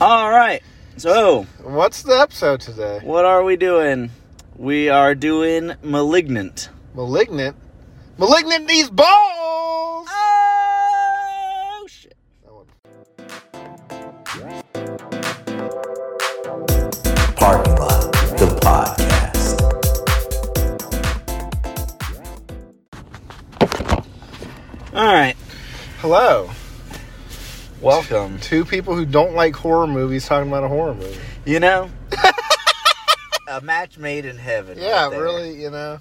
All right. So, What's the episode today? what are we doing? We are doing Malignant. Malignant. Malignant these balls. Oh, shit. That one. Parking Lot, the podcast. All right. Hello. Welcome. Two people who don't like horror movies talking about a horror movie. You know, a match made in heaven. Yeah, right there. really, you know.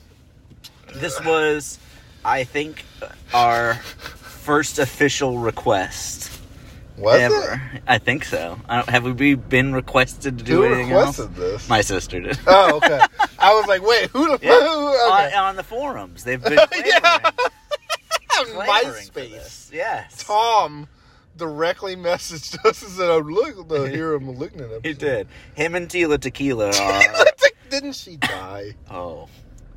This was, I think, our first official request Was ever. I think so. I don't, have we been requested to it? do who anything requested else? this? My sister did. oh, okay. I was like, wait, who the Yeah. who? Okay. on, on the forums. They've been clamoring, clamoring for MySpace. this. Yes. Tom directly messaged us and said, "Oh, look, the hero malignant." Episode. He did. Him and Tila Tequila are. It's like, Didn't she die? oh,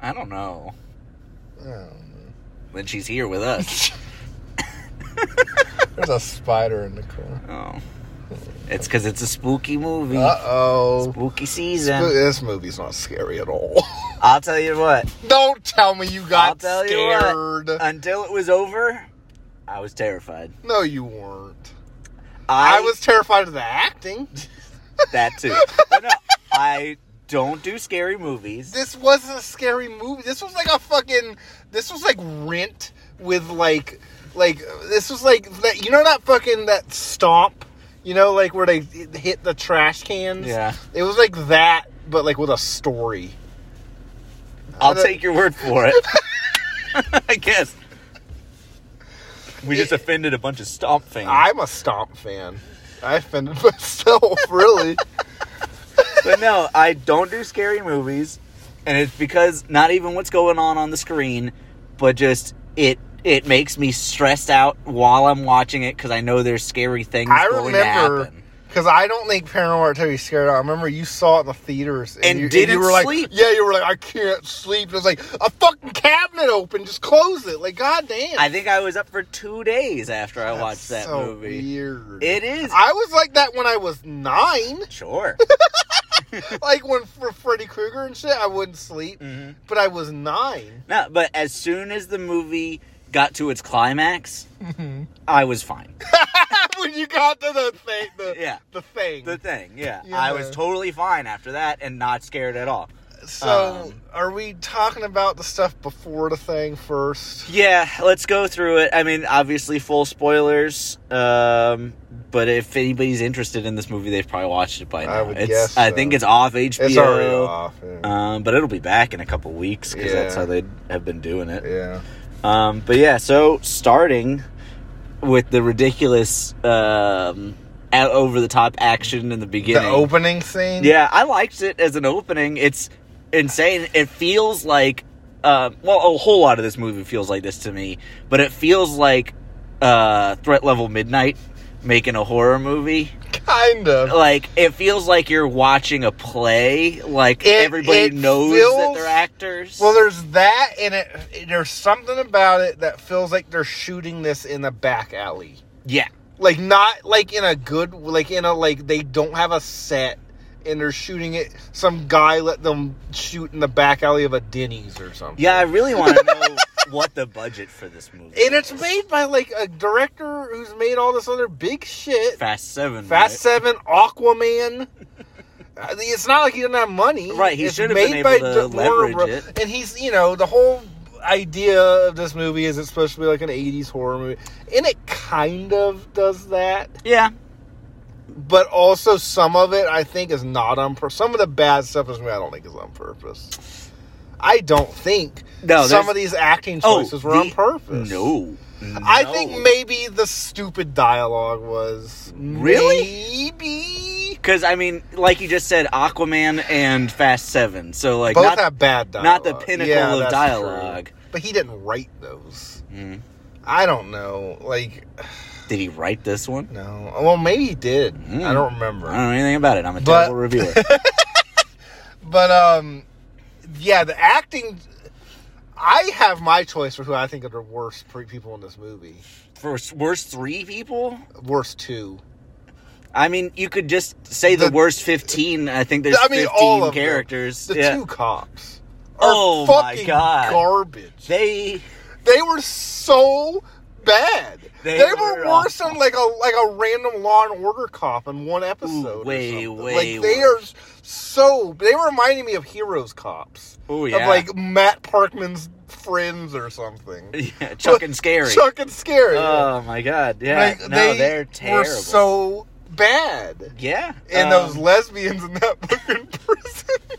I don't know. I don't know. Then she's here with us. There's a spider in the car. Oh, it's because it's a spooky movie. Uh oh. Spooky season. This movie's not scary at all. I'll tell you what. Don't tell me you I'll got tell you scared. what. Until it was over, I was terrified. no, you weren't. I, I, was terrified of the acting. that too. But no, I don't do scary movies. This wasn't a scary movie. This was like a fucking. This was like Rent with like, like this was like that. You know that fucking that stomp. You know, like where they hit the trash cans. Yeah. it was like that, but like with a story. uh, I'll take your word for it. I guess. We just offended a bunch of stomp fans. I'm a stomp fan. I offended myself, really. but no, I don't do scary movies, and it's because not even what's going on on the screen, but just it it makes me stressed out while I'm watching it because I know there's scary things I going to remember happen. because I don't think Paranormal Activity scared out. I remember you saw it in the theaters And you, didn't you were like, sleep. Yeah, you were like, I can't sleep. It was like a fucking cabinet open, just close it. Like, goddamn. I think I was up for two days after I watched that so movie. Weird. It is I was like that when I was nine. sure. like when for Freddy Krueger and shit, I wouldn't sleep, Mhm. but I was nine. No, but as soon as the movie got to its climax, Mm-hmm. I was fine. when you got to the thing, the, Yeah. the thing. The thing, yeah, Yeah. I was totally fine after that and not scared at all. so, um, are we talking about the stuff before the thing first? Yeah, let's go through it. I mean, obviously full spoilers. Um, but if anybody's interested in this movie, they've probably watched it by now. I would it's, guess I so. think it's off HBO. It's already off. yeah. Um, but it'll be back in a couple weeks because Yeah. that's how they have been doing it. yeah. Um, but yeah, so starting with the ridiculous, um, over the top action in the beginning. The opening scene? Yeah, I liked it as an opening. It's insane. It feels like, uh, well, a whole lot of this movie feels like this to me, but it feels like uh, Threat Level Midnight making a horror movie. Kind of. Like, it feels like you're watching a play. Like, It- everybody it knows that feels- they're actors. Well, there's that, and it, there's something about it that feels like they're shooting this in a back alley. yeah. Like, not like in a good, like in a, like, they don't have a set. And they're shooting it. Some guy let them shoot in the back alley of a Denny's or something. Yeah, I really want to know what the budget for this movie and it's is. made by like a director who's made all this other big shit. Fast 7. Fast right? Seven, Aquaman. I mean, it's not like he didn't have money, Right, he It's should have made been able by to D- Warner leverage Bro- it. And he's, you know, the whole idea of this movie is it's supposed to be like an '80s horror movie, and it kind of does that. Yeah. But also, some of it I think is not on purpose. Some of the bad stuff is I don't think is on purpose. I don't think No, there's- Oh, some of these acting choices were the- on purpose. No. I No. think maybe the stupid dialogue was Really? maybe Because I mean, like you just said, Aquaman and Fast Seven. So like, both not, have bad not dialogue. the pinnacle Yeah, of that's dialogue. true. But he didn't write those. Mm. I don't know. Like Did he write this one? no. Well, maybe he did. Mm. I don't I remember. don't know anything about it. I'm a But- terrible reviewer. But um, yeah, the acting. I have my choice for who I think are the worst pre- people in this movie. For s- worst three people, Worst two. I mean, you could just say the, The- worst fifteen. I think there's I mean, all fifteen of them. characters. The yeah. two cops are Oh, my fucking God. garbage. They They were so bad. They They, were were, worse awful. than like a like a random Law and Order cop in one episode. or way, something. way Like they worse. are so. They reminded me of Heroes cops. Oh, Of yeah. like Matt Parkman's friends or something. yeah, Chuck and Scary. Chuck and Scary. Oh my god! Yeah, Like, no, they are terrible. Were so bad. yeah, And um, those lesbians in that fucking prison.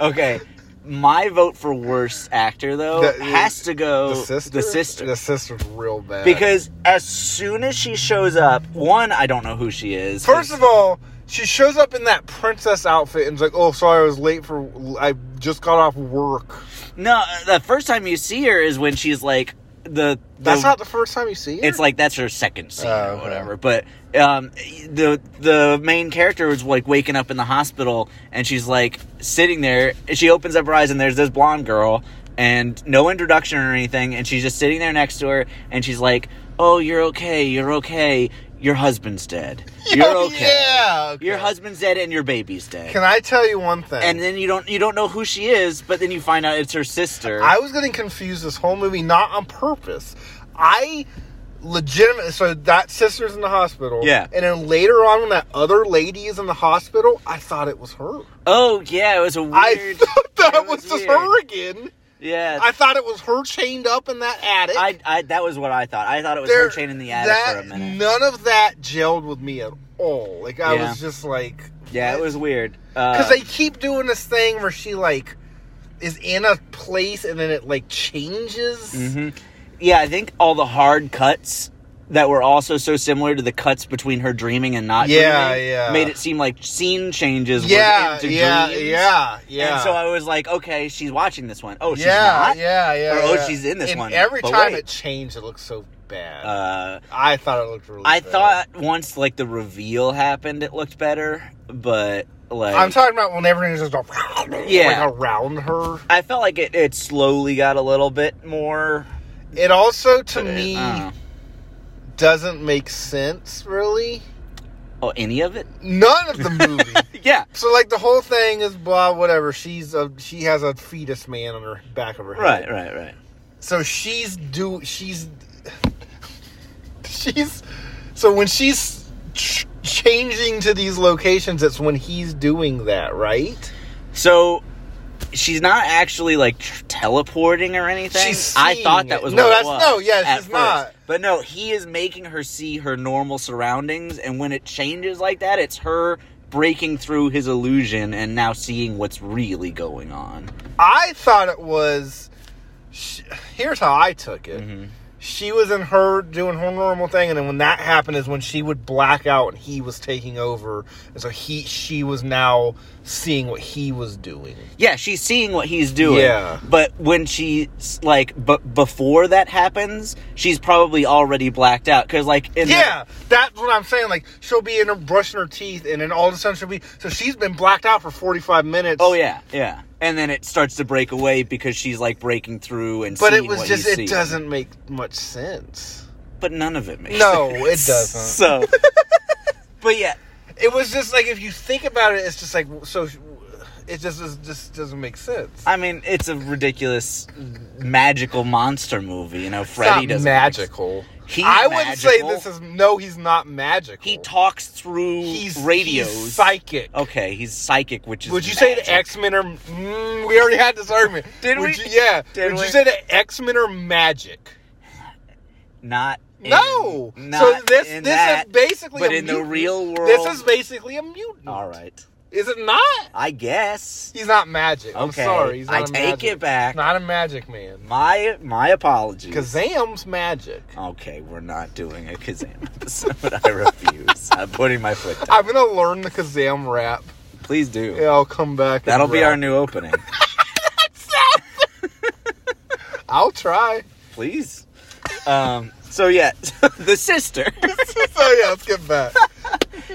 Okay. My vote for worst actor though The- has to go the sister. Oh, The sister. The sister's real bad. Because as soon as she shows up, one, I don't know who she is. First of all, she shows up in that princess outfit and's like, "Oh, sorry, I was late for. I just got off work." no, uh, the first time you see her is when she's like the. That's the- not the first time you see her. It's like that's her second scene Oh, or okay. whatever. But um, the the main character was like waking up in the hospital, and she's like sitting there. and She opens up her eyes, and there's this blonde girl, and no introduction or anything, and she's just sitting there next to her, and she's like, "Oh, you're okay. You're okay. Your husband's dead. You're Oh, okay. Yeah. okay. Your husband's dead, and your baby's dead." Can I tell you one thing? and then you don't you don't know who she is, but then you find out it's her sister. I was getting confused this whole movie, not on purpose. I legitimately so that sister's in the hospital. Yeah. And then later on, when that other lady is in the hospital, I thought it was her. oh yeah, it was a weird. I thought that it was, just weird. her again. Yeah, I thought it was her chained up in that attic. I, I that was what I thought. I thought it was her There- chain in the attic that- for a minute. None of that gelled with me at all. Like I Yeah. was just like, yeah, it was weird. Uh, because they keep doing this thing where she like is in a place and then it like changes. mhm. yeah, I think all the hard cuts that were also so similar to the cuts between her dreaming and not Yeah, dreaming yeah. made it seem like scene changes. were Yeah, into yeah, dreams. yeah, yeah. And so I was like, okay, she's watching this one. Oh, she's yeah, not. yeah, yeah, Or, oh, yeah. she's in this And one. Every But time wait. it changed, it looked so bad. Uh, I thought it looked really. I bad. thought once like the reveal happened, it looked better, but like I'm talking about when everything's just like, Yeah. like around her. I felt like it, it slowly got a little bit more. It also, to I me, don't know. doesn't make sense really. oh, any of it? None of the movie. Yeah, so like the whole thing is blah whatever. She's a she has a fetus man on her back of her head. Right, right, right. So she's do she's she's so when she's ch- changing to these locations, it's when he's doing that, right? So she's not actually like tr- teleporting or anything. She's I seeing thought that was it. No, what it that's- was no, yeah, at she's not. But no, he is making her see her normal surroundings, and when it changes like that, it's her breaking through his illusion and now seeing what's really going on. I thought it was. Sh here's how I took it. Mm-hmm. She was in her doing her normal thing, and then when that happened, is when she would black out and he was taking over, and so he she was now seeing what he was doing. Yeah, she's seeing what he's doing. Yeah. But when she like, but before that happens, she's probably already blacked out because like in the- Yeah, that's what I'm saying. Like she'll be in her brushing her teeth, and then all of a sudden she'll be so she's been blacked out for 45 minutes. Oh yeah, yeah. And then it starts to break away because she's like breaking through and. but it seeing was what just he's it seeing. doesn't make much sense. But none of it makes. No, it sense. doesn't. So. but yeah, It was just like if you think about it, it's just like so. It just it just doesn't make sense. I mean, it's a ridiculous, magical monster movie. You know, It's not Freddy doesn't. magical. He's I would say magical. this is no. He's not magical. He talks through he's radios. He's psychic. Okay, he's psychic, which is. Would you say the magic. X Men are? Mm, we already had this argument. Did Would we? You, yeah. Did Would we? you say the X Men are magic? Not. in- No. Not so this in this that, is basically But a in the mutant. real world. This is basically a mutant. All right. Is it not? I guess. He's not magic. I'm Okay, sorry. He's not I a take magic. it back. Not a magic man. My my apologies. Kazam's magic. Okay, we're not doing a Kazam episode. I refuse. I'm putting my foot down. I'm gonna learn the Kazam rap. Please do. Yeah, I'll come back. and That'll be rap. our new opening. I'll try. Please. Um, so yeah, the sister. so yeah, let's get back.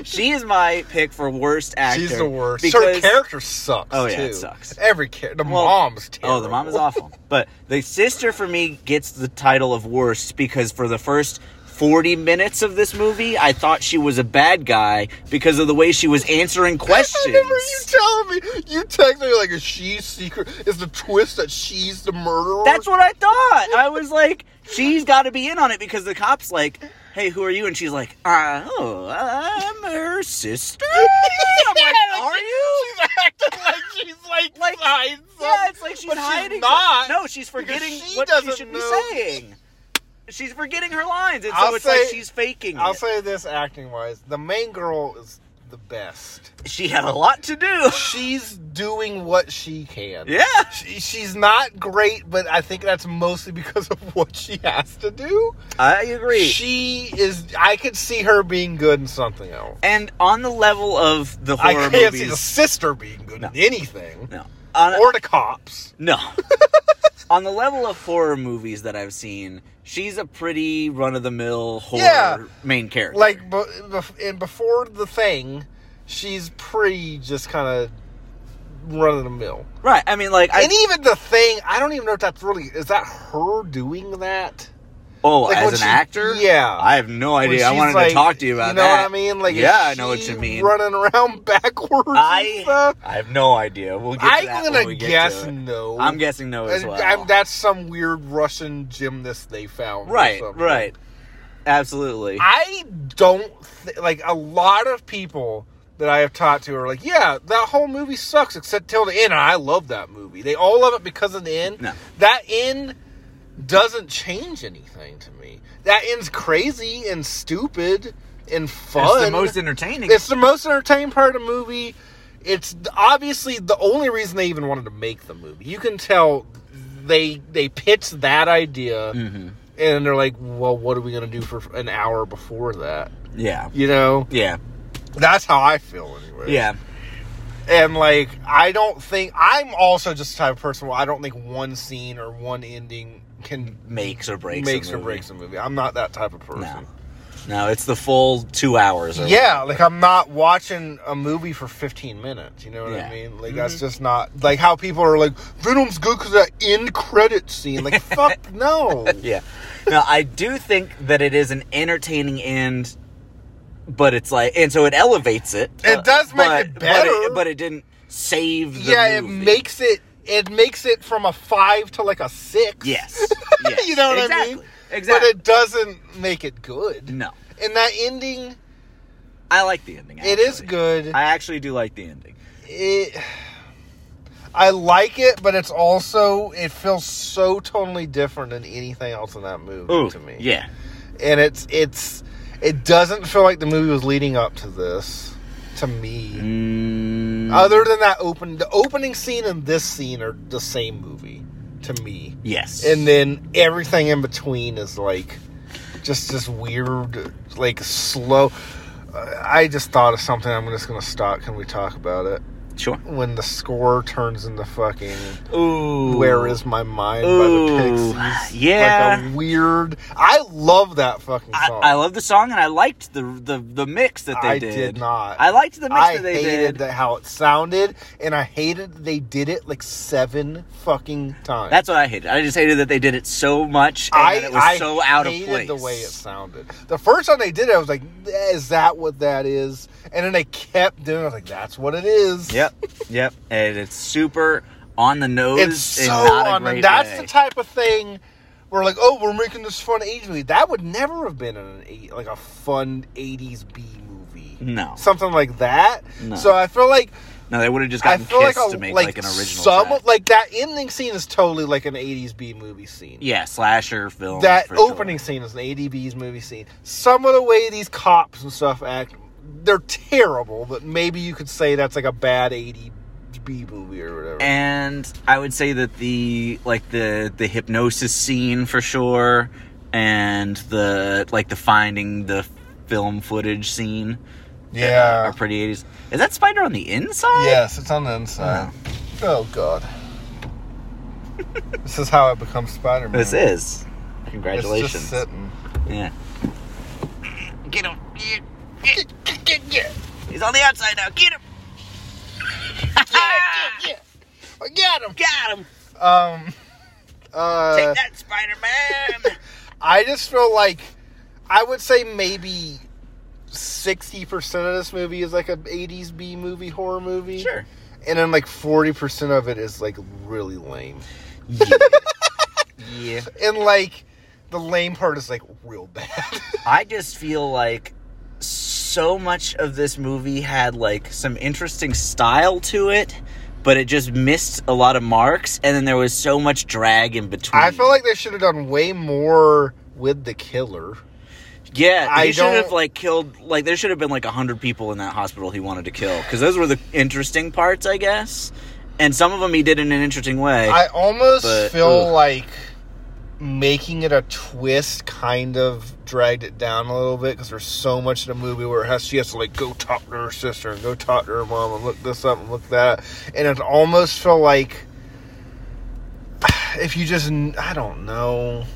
She is my pick for worst actor. She's the worst. Because, Her character sucks. Oh, yeah, too. it sucks. Every character. The Well- mom's terrible. oh, the mom is awful. But the sister for me gets the title of worst because for the first 40 minutes of this movie, I thought she was a bad guy because of the way she was answering I remember you questions. telling me. You texted me like, is she secret? Is the twist that she's the murderer? That's what I thought. I was like, she's got to be in on it because the cop's like, hey, who are you? And she's like, uh, oh, I'm her sister. I'm like, are you? She's acting like she's like, Like, hiding Yeah, something, it's like she's but hiding. She's not. No, she's because forgetting she what she doesn't should know. be saying. She's forgetting her lines, and so I'll it's say- like she's faking. I'll it. say this acting wise, the main girl is the best. she had a lot to do. She's doing what she can. Yeah. She, she's not great, but I think that's mostly because of what she has to do. I agree. She is. I could see her being good in something else. and on the level of the I horror can't see the movies, sister being good No. in anything. no, on, Or the cops. no, on the level of horror movies that I've seen, she's a pretty run of the mill horror Yeah. main character. Like, bu- bef- and before the thing, she's pretty just kind of run of the mill. right? I mean, like I and even the thing, I don't even know if that's really is that her doing that. oh, like, when as an she- actor, yeah. I have no When idea. I she's wanted like- to talk to you about You know that. what I mean? Like, is yeah, I know what she you mean. Running around backwards. and I stuff? I have no idea. We'll get to that I'm when gonna we get guess to it. no. I'm guessing no as And- well. I'm- that's some weird Russian gymnast they found. or right, something. right, absolutely. I don't th- like a lot of people that I have talked to are like, yeah, that whole movie sucks except till the end. And I love that movie. They all love it because of the end. No. That end doesn't change anything to me. That end's crazy and stupid and fun. It's the most entertaining. It's the most entertaining part of the movie. It's obviously the only reason they even wanted to make the movie. You can tell they they pitched that Mm-hmm. idea, and they're like, "Well, what are we gonna do for an hour before that?" yeah, You know, yeah, that's how I feel anyway. yeah. and like I don't think I'm also just the type of person where I don't think one scene or one ending can Makes or breaks. a makes or movie. breaks a movie. I'm not that type of person. No. No, it's the full two hours. Or Yeah, like I'm not watching a movie for 15 minutes. You know what Yeah. I mean? Like that's just not like how people are like Venom's good because that end credit scene. Like fuck no. Yeah. Now, I do think that it is an entertaining end, but it's like, and so it elevates it. Uh, It does make but- it But better. it, but it didn't save the yeah, movie. it makes it it makes it from a five to like a six. Yes. yes. you know what exactly. I mean? Exactly. But it doesn't make it good. no. And that ending, I like the ending. it is actually. good. I actually do like the ending. it I like it, but it's also it feels so totally different than anything else in that movie to me. Yeah. and it's it's it doesn't feel like the movie was leading up to this to me Mm, other than that open the opening scene and this scene are the same movie to me yes. and then everything in between is like just this weird like slow uh, i just thought of something i'm just gonna stop can we talk about it sure. when the score turns into fucking Ooh. where is my mind Ooh. by the pixies Yeah. like a weird i love that fucking I, song I love the song and I liked the the, the mix that they I did. did not. I liked the mix I that they hated did. that how it sounded, and I hated that they did it like seven fucking times. That's what I hated. I just hated that they did it so much and I that it was I so out of hated place. The way it sounded. The first time they did it, I was like, "Is that what that is?" And then they kept doing. it. I was like, "That's what it is." Yep. Yep. And it's super on the nose It's in so not a on. great And that's way. the type of thing. We're like, oh, we're making this fun '80s movie. That would never have been an eight- like a fun '80s B movie, No. something like that. No. So I feel like No, they would have just gotten kissed to make like, an original some track. like that ending scene is totally like an 80s B movie scene. Yeah, slasher film. that for sure. opening scene is an 80s B's movie scene. Some of the way these cops and stuff act, they're terrible, but maybe you could say that's like a bad 80s B movie or whatever. and I would say that the like the the hypnosis scene for sure, and the like the finding the film footage scene. uh, yeah. are pretty eighties. Is that spider on the inside? Yes, it's on the inside. Oh god. this is how it becomes Spider-Man. This is. It's Congratulations. just sitting. yeah. Get him. Yeah, yeah. Get, get, get. He's on the outside now. Get him. Yeah. I got him. Got him. Um uh Take that, Spider Man. I just feel like I would say maybe sixty percent of this movie is like a '80s B movie horror movie. Sure. And then like forty percent of it is like really lame. Yeah. yeah. And like the lame part is like real bad. I just feel like so much of this movie had like some interesting style to it, but it just missed a lot of marks, and then there was so much drag in between. I feel like they should have done way more with the killer. yeah, I he should have don't- like killed like there should have been like a hundred people in that hospital he wanted to kill because those were the interesting parts, I guess. And some of them he did in an interesting way. I almost But, feel ugh. like making it a twist kind of dragged it down a little bit because there's so much in the movie where it has, she has to like go talk to her sister and go talk to her mom and look this up and look that up. and it almost felt like if you just I don't know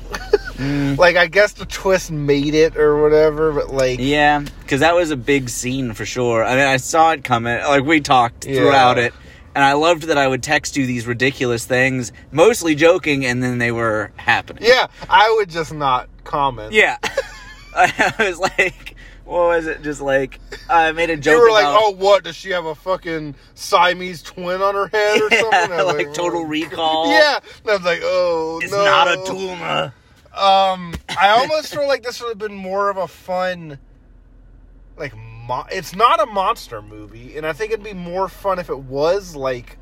Mm, like I guess the twist made it or whatever but like yeah, because that was a big scene for sure. I mean, I saw it coming. Like we talked Yeah. throughout it, and I loved that I would text you these ridiculous things, mostly joking, and then they were happening. yeah I would just not comment Yeah. I was like, what was it? Just like, I made a joke. you were like, about- oh, what? Does she have a fucking Siamese twin on her head or Yeah, something? I was like Total oh, Recall. Yeah, and I was like, oh, It's no. not a tumor. Um, I almost feel like this would have been more of a fun, like, mo- it's not a monster movie, and I think it'd be more fun if it was like.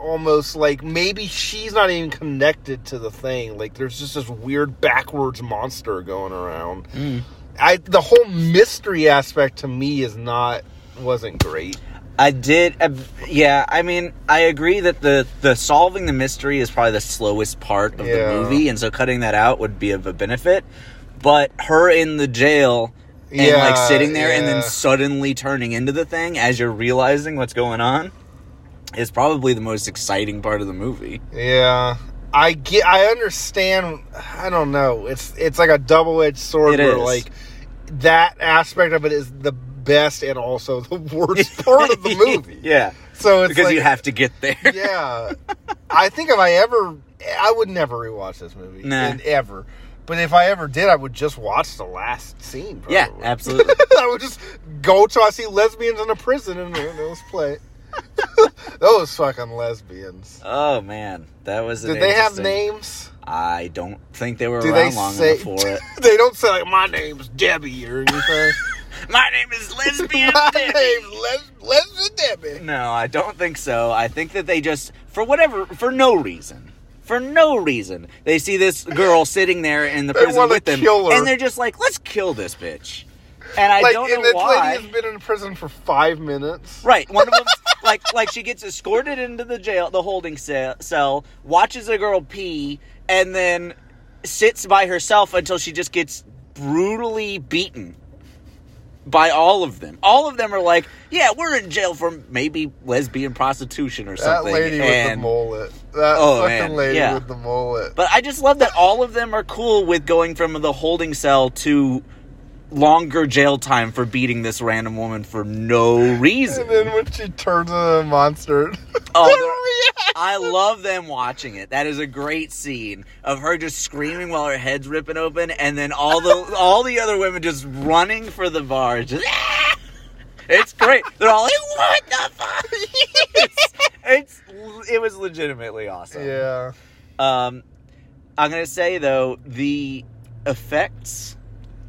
Almost like maybe she's not even connected to the thing. Like there's just this weird backwards monster going around. Hmm. I the whole mystery aspect to me is not wasn't great. I did. Uh, yeah, I mean, I agree that the the solving the mystery is probably the slowest part of Yeah. the movie, and so cutting that out would be of a benefit. But her in the jail and like Yeah, sitting there and yeah. then suddenly turning into the thing as you're realizing what's going on is probably the most exciting part of the movie. Yeah. I get I understand I don't know. It's it's like a double edged sword It where is. like that aspect of it is the best and also the worst part of the movie. yeah. So it's because you like- have to get there. Yeah. I think if I ever I would never rewatch this movie. Nah. And ever. But if I ever did, I would just watch the last scene. Probably. Yeah, absolutely. I would just go till I see lesbians in a prison and let's play. it. Those fucking lesbians. oh man, that was. an Did they have interesting- names? I don't think they were Do they around long say enough for it. they don't say like my name's Debbie or anything? My name is Lesbian my Debbie. name's Les- Leslie Debbie. No, I don't think so. I think that they just, for whatever, for no reason, for no reason, they see this girl sitting there in the They prison wanna with them, kill her. and they're just like, "Let's kill this bitch." And I like, don't and know this why. lady has been in prison for five minutes. Right. One of them, like, like she gets escorted into the jail, the holding ce- cell, watches a girl pee, and then sits by herself until she just gets brutally beaten by all of them. All of them are like, "Yeah, we're in jail for maybe lesbian prostitution or That something." lady with the and- mullet. That Oh, fucking man, lady yeah. with the mullet. But I just love that all of them are cool with going from the holding cell to longer jail time for beating this random woman for no reason. and then when she turns into a monster, Oh, they're- I love them watching it. That is a great scene of her just screaming while her head's ripping open, and then all the all the other women just running for the bar. Just, "Ah!" It's great. They're all like, "What the fuck?" It's, it's it was legitimately awesome. yeah, Um, I'm gonna say though the effects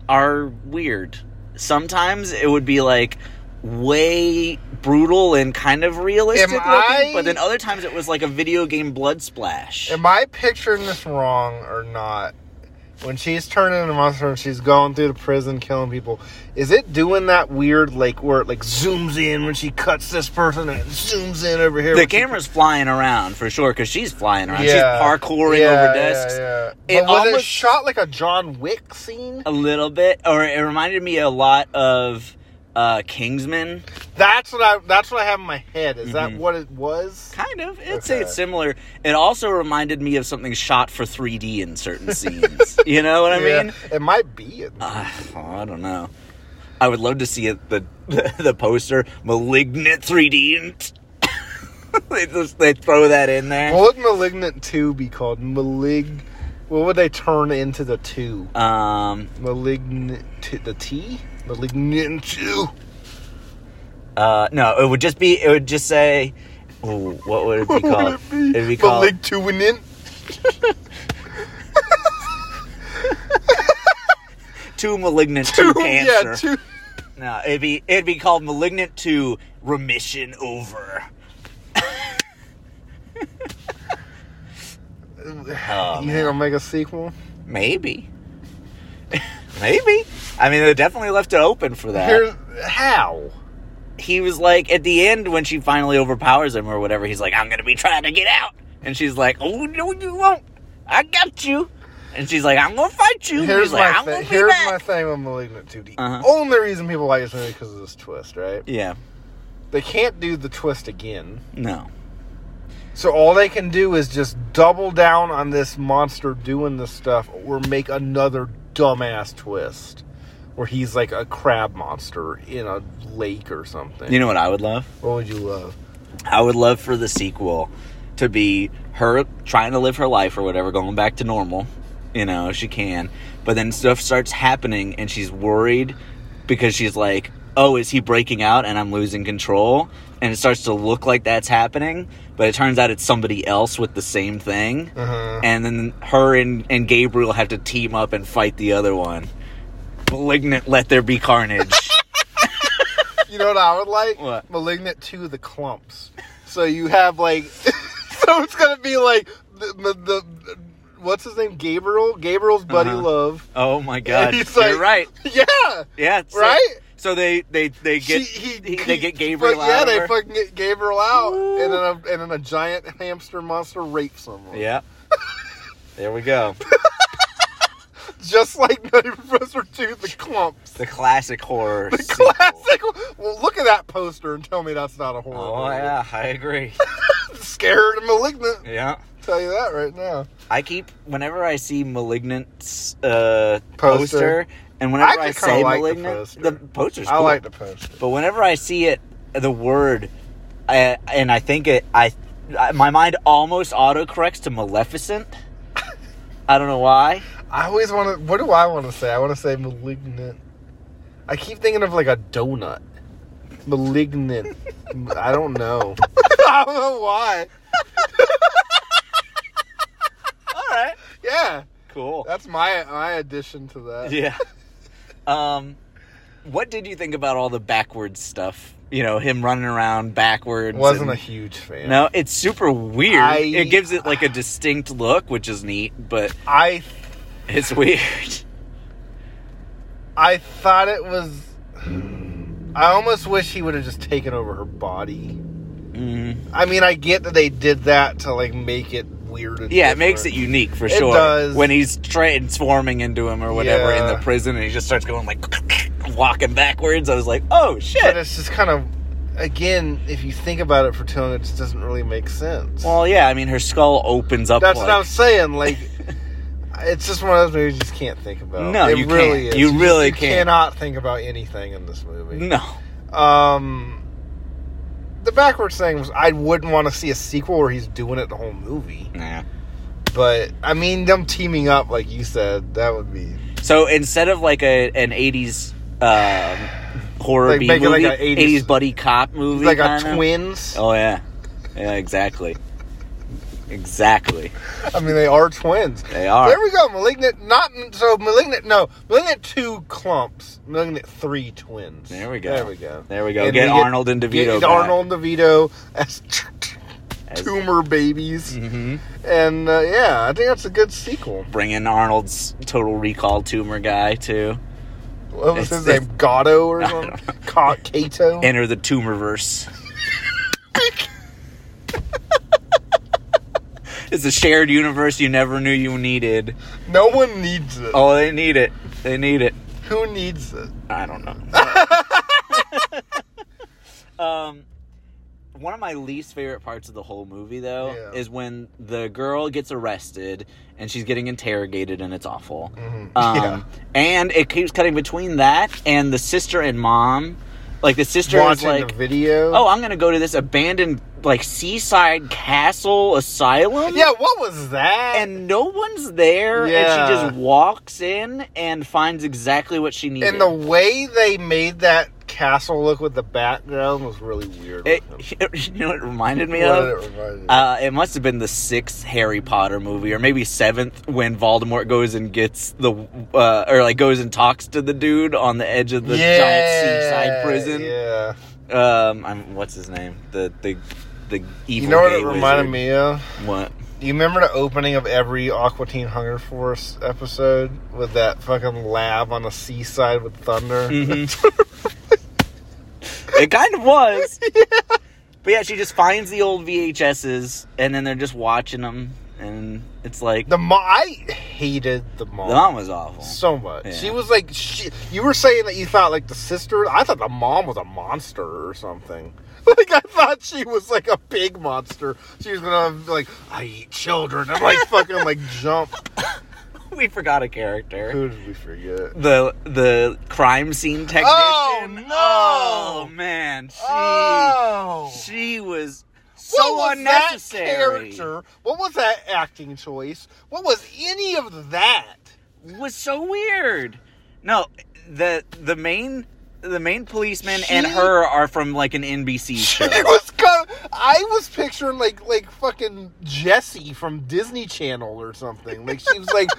are weird. Sometimes it would be like way brutal and kind of realistic Am looking, I- but then other times it was like a video game blood splash. am I picturing this wrong or not? When she's turning into a monster and she's going through the prison killing people, is it doing that weird like where it like zooms in when she cuts this person and it zooms in over here? the when she camera's flying around for sure because she's flying around. Yeah. She's parkouring over desks. Yeah, It But was it almost- shot like a John Wick scene? A little bit, or it reminded me a lot of uh, Kingsman. That's what I. That's what I have in my head. Is that Mhm. what it was? Kind of. I'd say Okay. it's similar. It also reminded me of something shot for 3D in certain scenes. you know what I Yeah, mean? it might be. It. Uh, I don't know. I would love to see it, the the poster malignant 3D. And they just they throw that in there. Will it Malignant Two be called Malig? What would they turn into the two? Um, Malignant. The T? Malignant 2. uh, no, it would just be. It would just say. Ooh, what would it be called? Would It'd be called. Malignant 2 and in? Two malignant, two, Two, cancer. yeah, two. No, it'd be it'd be called malignant two remission over. Oh, you think I'll make a sequel? Maybe. Maybe. I mean, they definitely left it open for that. Here's how. he was like, at the end, when she finally overpowers him or whatever, he's like, I'm going to be trying to get out. And she's like, Oh, no, you won't. I got you. And she's like, I'm going to fight you. And Here's he's like, my I'm thing. going to be Here's my back. thing with Malignant 2. The Uh-huh. only reason people like this movie is because of this twist, right? yeah. They can't do the twist again. No. So all they can do is just double down on this monster doing this stuff or make another dumbass twist where he's like a crab monster in a lake or something. You know what I would love? what would you love? I would love for the sequel to be her trying to live her life or whatever, going back to normal, you know, if she can. But then stuff starts happening and she's worried because she's like, oh, is he breaking out and I'm losing control? And it starts to look like that's happening, but it turns out it's somebody else with the same thing. Uh-huh. And then her and, and Gabriel have to team up and fight the other one. Malignant, let there be carnage. You know what I would like? What? Malignant 2 The Clumps. So you have like. so it's going to be like. The, the, the- What's his name? Gabriel? Gabriel's buddy Uh-huh. Love. oh my god. He's You're like- right. Yeah! Yeah, so, Right? So they they they get She- he- he- he- they get Gabriel fuck- yeah, out. of they her. fucking get Gabriel out, Woo. and then a, and then a giant hamster monster rapes someone. Yeah. there we go. just like Nutty Professor Two, the clumps. The classic horror. The Classic. Well, look at that poster and tell me that's not a horror. Oh movie. yeah, I agree. scared and malignant. yeah. Tell you that right now. I keep whenever I see malignant's uh, poster, Poster. and whenever actually I, kinda say like the malignant, poster. poster's I cool. like the poster. But whenever I see it, the word, I, and I think it, I, I my mind almost autocorrects to Maleficent. I don't know why. I always want to. What do I want to say? I want to say malignant. I keep thinking of like a donut. Malignant. I don't know. I don't know why. All right. Yeah. Cool. That's my my addition to that. yeah. Um, what did you think about all the backwards stuff? You know, him running around backwards. Wasn't a and- huge fan. No, it's super weird. I- it gives it like a distinct look, which is neat, but I it's weird. I thought it was. I almost wish he would have just taken over her body. Mm. I mean, I get that they did that to like make it weird. And Yeah, it makes it different. unique for It sure. does. When he's transforming into him or whatever in Yeah. the prison, and he just starts going like walking backwards. I was like, oh But shit. it's just kind of, again, if you think about it for too long, it just doesn't really make sense. Well, yeah, I mean, her skull opens up. That's like, what I'm saying. Like, it's just one of those movies you just can't think about. No, it you really can't. Is. You just- really you can't. cannot think about anything in this movie. No. Um, the backwards thing was I wouldn't want to see a sequel where he's doing it the whole movie. Nah. But I mean, them teaming up, like you said, that would be So instead of like a an '80s um, horror Like, B make it movie, like a 80s '80s buddy cop movie, like a kinda. twins. Oh yeah, yeah, exactly, exactly. I mean, they are twins. They are. There we go. Malignant, not so malignant. No, malignant two clumps. Malignant three twins. There we go. There we go. There we go. And get we get- Arnold and DeVito. Get back Arnold and DeVito as t- t- as- tumor babies, Mhm. and uh, yeah, I think that's a good sequel. Bring in Arnold's Total Recall tumor guy too. What was It's- his name? Gatto or I something? don't know. Ka- Kato? Enter the Tumorverse. it's a shared universe you never knew you needed. no one needs it. Oh, they need it. They need it. Who needs it? I don't know. um, one of my least favorite parts of the whole movie, though, Yeah. is when the girl gets arrested and she's getting interrogated, and it's awful. Mhm. Um, Yeah. And it keeps cutting between that and the sister and mom. Like the sister Watching is like, the video. "Oh, I'm gonna go to this abandoned like seaside castle asylum. Yeah, what was that? And no one's there, Yeah. and she just walks in and finds exactly what she needed. and the way they made that castle look with the background was really weird. It- with him. you know, what it reminded me What of. did it remind you? Uh, it must have been the sixth Harry Potter movie, or maybe seventh, when Voldemort goes and gets the, uh, or like goes and talks to the dude on the edge of the giant seaside prison. Yeah. Um, I'm, what's his name? The the the evil. You know what gay it wizard. reminded me of? What? Do you remember the opening of every Aqua Teen Hunger Force episode with that fucking lab on the seaside with thunder? Hmm. Mm-hmm. It kind of was. But yeah, she just finds the old VHSs, and then they're just watching them, and it's like the, The mom, I hated the mom. mom was awful. so much. Yeah. She was like, she, you were saying that you thought like the sister. I thought the mom was a monster or something. Like I thought she was like a big monster. She was gonna be like, I eat children and like fucking like jump. we forgot a character. Who did we forget? the the crime scene technician. Oh, no! Oh, man, she oh, she was what so was unnecessary. That character? What was that acting choice? What was any of that? Was so weird. No, the the main the main policeman and She- her are from like an NBC show. It was kind of, I was picturing like like fucking Jessie from Disney Channel or something. Like she was like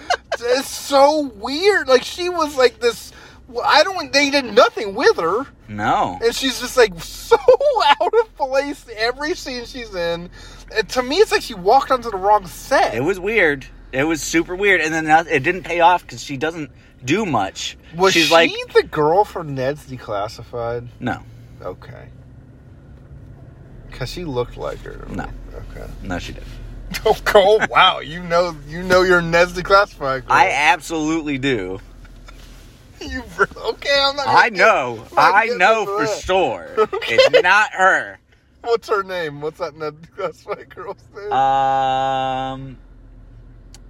it's so weird. Like she was like this well, I don't they did nothing with her No, and she's just like so out of place every scene she's in. And to me it's like she walked onto the wrong set. it was weird. It was super weird, and then that- it didn't pay off because she doesn't do much. was She's she like, the girl from Ned's Declassified? no, Okay. Cause she looked like her. to me. No. Okay. no, she didn't. Oh, Cole, wow, you know you know your Ned's declassified. Girl. I absolutely do. you br- okay? I'm not. gonna I get- know. I'm not I getting know into for that. sure. It's not her. What's her name? What's that Ned's declassified girl's name? Uh, Um,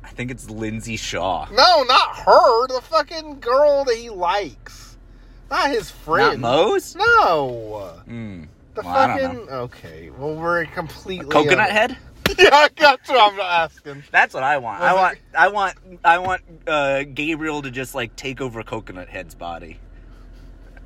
I think it's Lindsay Shaw. no, not her. The fucking girl that he likes, not his Not friend. Moe's? no, Mm. the Well, I don't fucking okay. Well, we're completely Coconut on- Head? Yeah, I got you. I'm not asking. That's what I want. I Was want. I want. I want uh, Gabriel to just like take over Coconut Head's body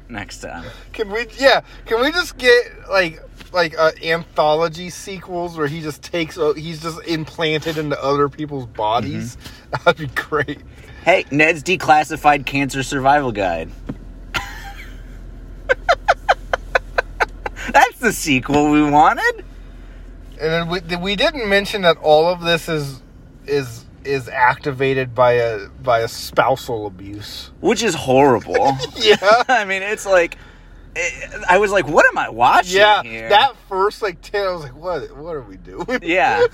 next time. Can we? Yeah. Can we just get like like uh, anthology sequels where he just takes o- he's just implanted into other people's bodies? Mm-hmm. That'd be great. Hey, Ned's declassified cancer survival guide. That's the sequel we wanted. And then we, th- we didn't mention that all of this is is is activated by a by a spousal abuse. which is horrible. Yeah. I mean, it's like eh, I was like, what am I watching? Yeah, here? that first like ten, I was like, "What? What are we doing?" Yeah.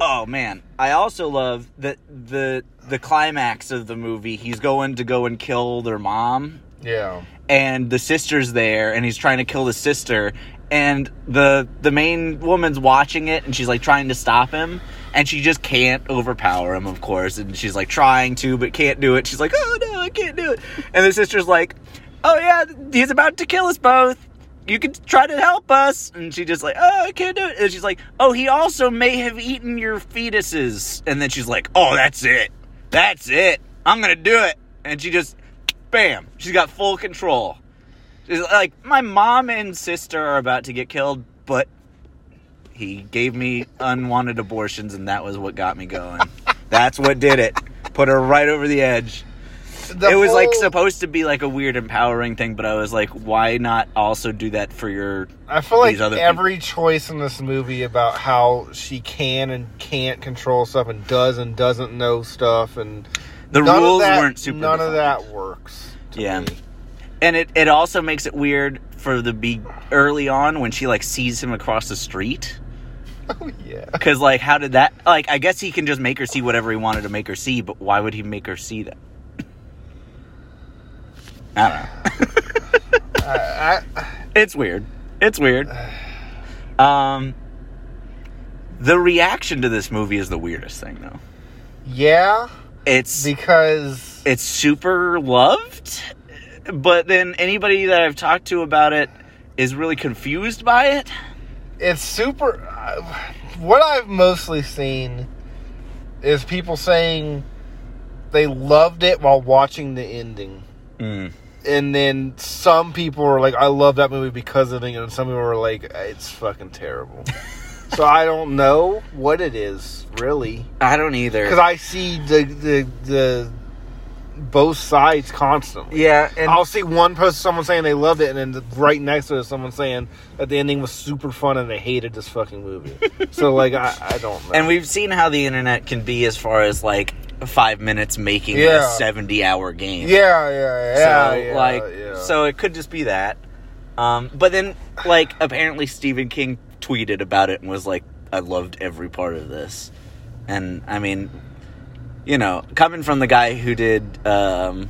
oh man, I also love that the the climax of the movie. He's going to go and kill their mom, Yeah, and the sister's there, and he's trying to kill the sister, and the the main woman's watching it, and she's like trying to stop him. And she just can't overpower him, of course. And she's like trying to, but can't do it. She's like, oh no, I can't do it. And the sister's like, oh yeah, he's about to kill us both. You can try to help us. And she just like, oh, I can't do it. And she's like, oh, he also may have eaten your fetuses. And then she's like, oh, that's it. That's it. I'm going to do it. And she just, bam, she's got full control. She's like, my mom and sister are about to get killed, but he gave me unwanted abortions, and that was what got me going. That's what did it. Put her right over the edge The it was like whole- supposed to be like a weird empowering thing, but I was like, why not also do that for your? I feel like these other every choice in this movie about how she can and can't control stuff and does and doesn't know stuff and The none of rules that- weren't super. None of defined. that works. to Yeah. me. and it it also makes it weird for the be early on when she like sees him across the street. Oh yeah. Because like, how did that? Like, I guess he can just make her see whatever he wanted to make her see, but why would he make her see that? I don't know. I, It's weird. It's weird. Um, the reaction to this movie is the weirdest thing, though. yeah, It's because it's super loved, but then anybody that I've talked to about it is really confused by it. it's super. uh, What I've mostly seen is people saying they loved it while watching the ending. Mm. And then some people were like, I love that movie because of it. And some people were like, it's fucking terrible. so I don't know what it is, really. I don't either. Because I see the, the, the both sides constantly. yeah, and I'll see one post someone saying they loved it, and then the- right next to it, someone saying that the ending was super fun and they hated this fucking movie. so like, I, I don't know. and we've seen how the internet can be as far as like five minutes making Yeah. a seventy-hour game. yeah, yeah, yeah, so yeah, like yeah. so it could just be that um but then like apparently stephen king tweeted about it and was like i loved every part of this and i mean you know coming from the guy who did um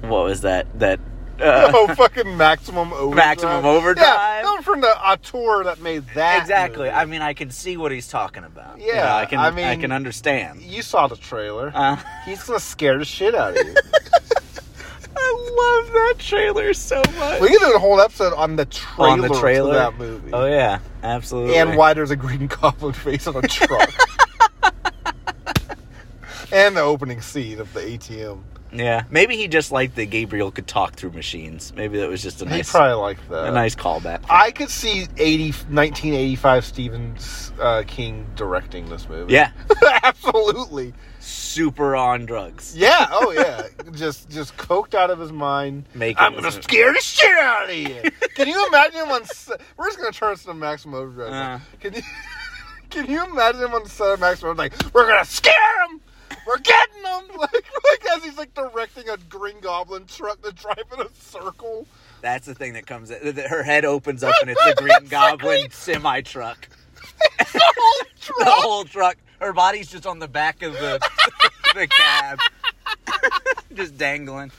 what was that that uh, oh fucking maximum overdrive. Maximum Overdrive. Yeah, come from the auteur that made that. exactly movie. i mean i can see what he's talking about You Yeah, know, i can I i, mean- can understand you saw the trailer. uh, He's gonna scare the shit out of you. i love that trailer so much we can do a whole episode on the trailer, on the trailer to that movie. oh yeah absolutely and why there's a green goblin face on a truck. and the opening scene of the ATM. Yeah, maybe he just liked that Gabriel could talk through machines. Maybe that was just a nice, he probably liked that. a nice callback. I could see 80, 1985 Stephen uh, King directing this movie. yeah, Absolutely. super on drugs. Yeah. Oh, yeah. just just coked out of his mind. Making I'm gonna this movie. scare the shit out of you. Can you imagine him on? se- We're just gonna turn this to Maximum Overdrive. now. Uh. Can you? Can you imagine him on the set of Maximum Overdrive? Like we're gonna scare him. We're getting him. Like, like as he's like directing a Green Goblin truck to drive in a circle. That's the thing that comes. That that her head opens up and it's a Green Goblin semi truck. The whole The truck. whole truck. Her body's just on the back of the the cab, just dangling.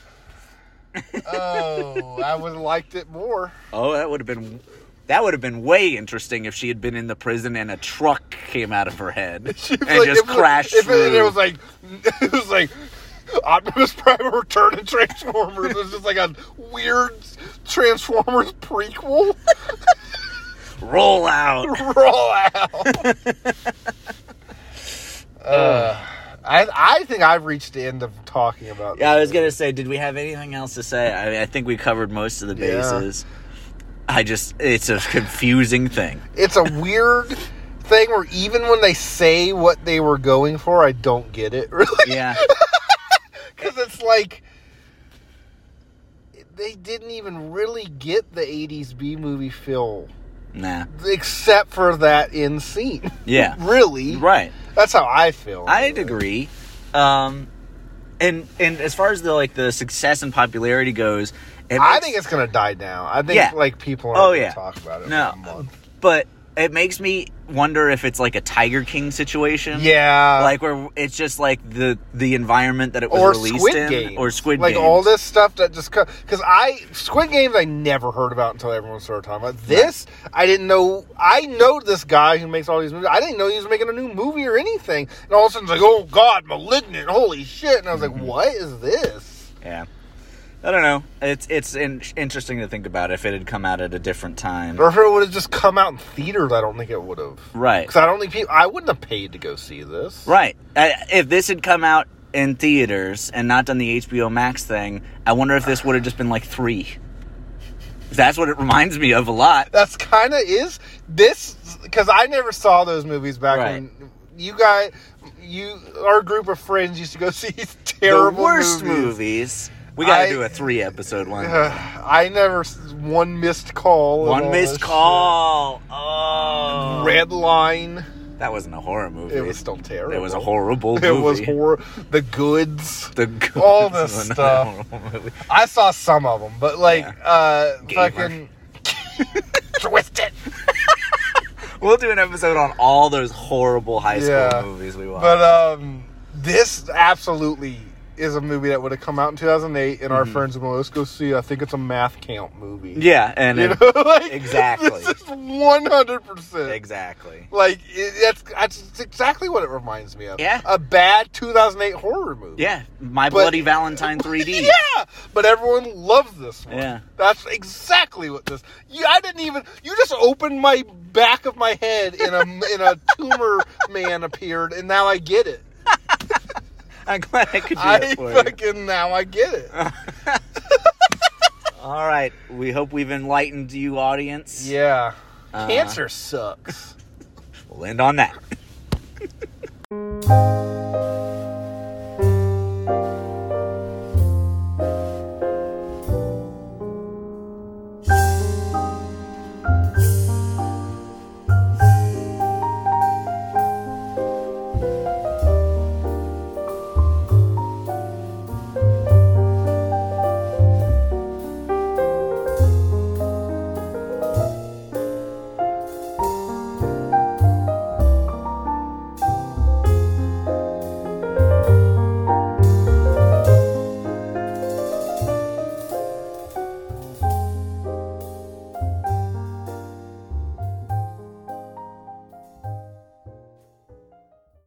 Oh, I would have liked it more. Oh, that would have been. That would have been way interesting if she had been in the prison and a truck came out of her head and Like, just if it- crashed If it, through. it was like, it was like Optimus Prime Return to Transformers. It was just like a weird Transformers prequel Roll out. rollout. uh, I I think I've reached the end of talking about. Yeah, I was this. gonna say, did we have anything else to say? I, mean, I think we covered most of the Yeah. bases. I just, it's a confusing thing. It's a weird thing where even when they say what they were going for, I don't get it. Really. Yeah, Because it's like they didn't even really get the '80s B movie feel, nah. except for that end scene. Yeah, really, right. That's how I feel. I'd agree. Um, and and as far as the like the success and popularity goes, it I makes- think it's gonna die down. I think Yeah. like people aren't Oh, gonna yeah. talk about it. No. for a month. but it makes me wonder if it's like a Tiger King situation. yeah, Like where it's just like the the environment that it was Uh, or released Squid in, Games, or Squid like Games. all this stuff that just because I Squid Games I never heard about until everyone started talking about this. I didn't know. I know this guy who makes all these movies. I didn't know he was making a new movie or anything. And all of a sudden, it's like, oh god, malignant! Holy shit! And I was Mm-hmm. like, what is this? Yeah. I don't know. It's it's in- interesting to think about if it had come out at a different time. Or if it would have just come out in theaters, I don't think it would have. Right. Because I don't think people. I wouldn't have paid to go see this. Right. I, if this had come out in theaters and not done the HBO Max thing, I wonder if this would have just been like 3. That's what it reminds me of a lot. that's kind of is this because I never saw those movies back Right. when you guys, you our group of friends used to go see these terrible the worst movies. movies. We got I- to do a 3 episode one. Ugh, I never s- one missed call. and all one this missed call. Oh. shit. Red line. That wasn't a horror movie. It was still terrible. It was a horrible movie. It was horror. The goods. The all this was not a stuff. horrible movie. I saw some of them, but like uh, Gamer. fucking twist it. We'll do an episode on all those horrible high school Yeah. movies we watched. But um, this absolutely is a movie that would have come out in 2008, and our friends were like, let's go see. I think it's a math count movie. Mm-hmm. yeah, and you it- know, like, exactly. This is 100. percent exactly. Like it, that's that's exactly what it reminds me of. Yeah. a bad 2008 horror movie. Yeah, My But- Bloody Valentine 3D. Yeah, but everyone loves this one. Yeah. That's exactly what this. You, I didn't even. You just opened my back of my head and a and a tumor man appeared, and now I get it. I'm glad I could do I that for you. fucking now I get it. All right. We hope we've enlightened you, audience. Yeah, Uh, cancer sucks. We'll end on that.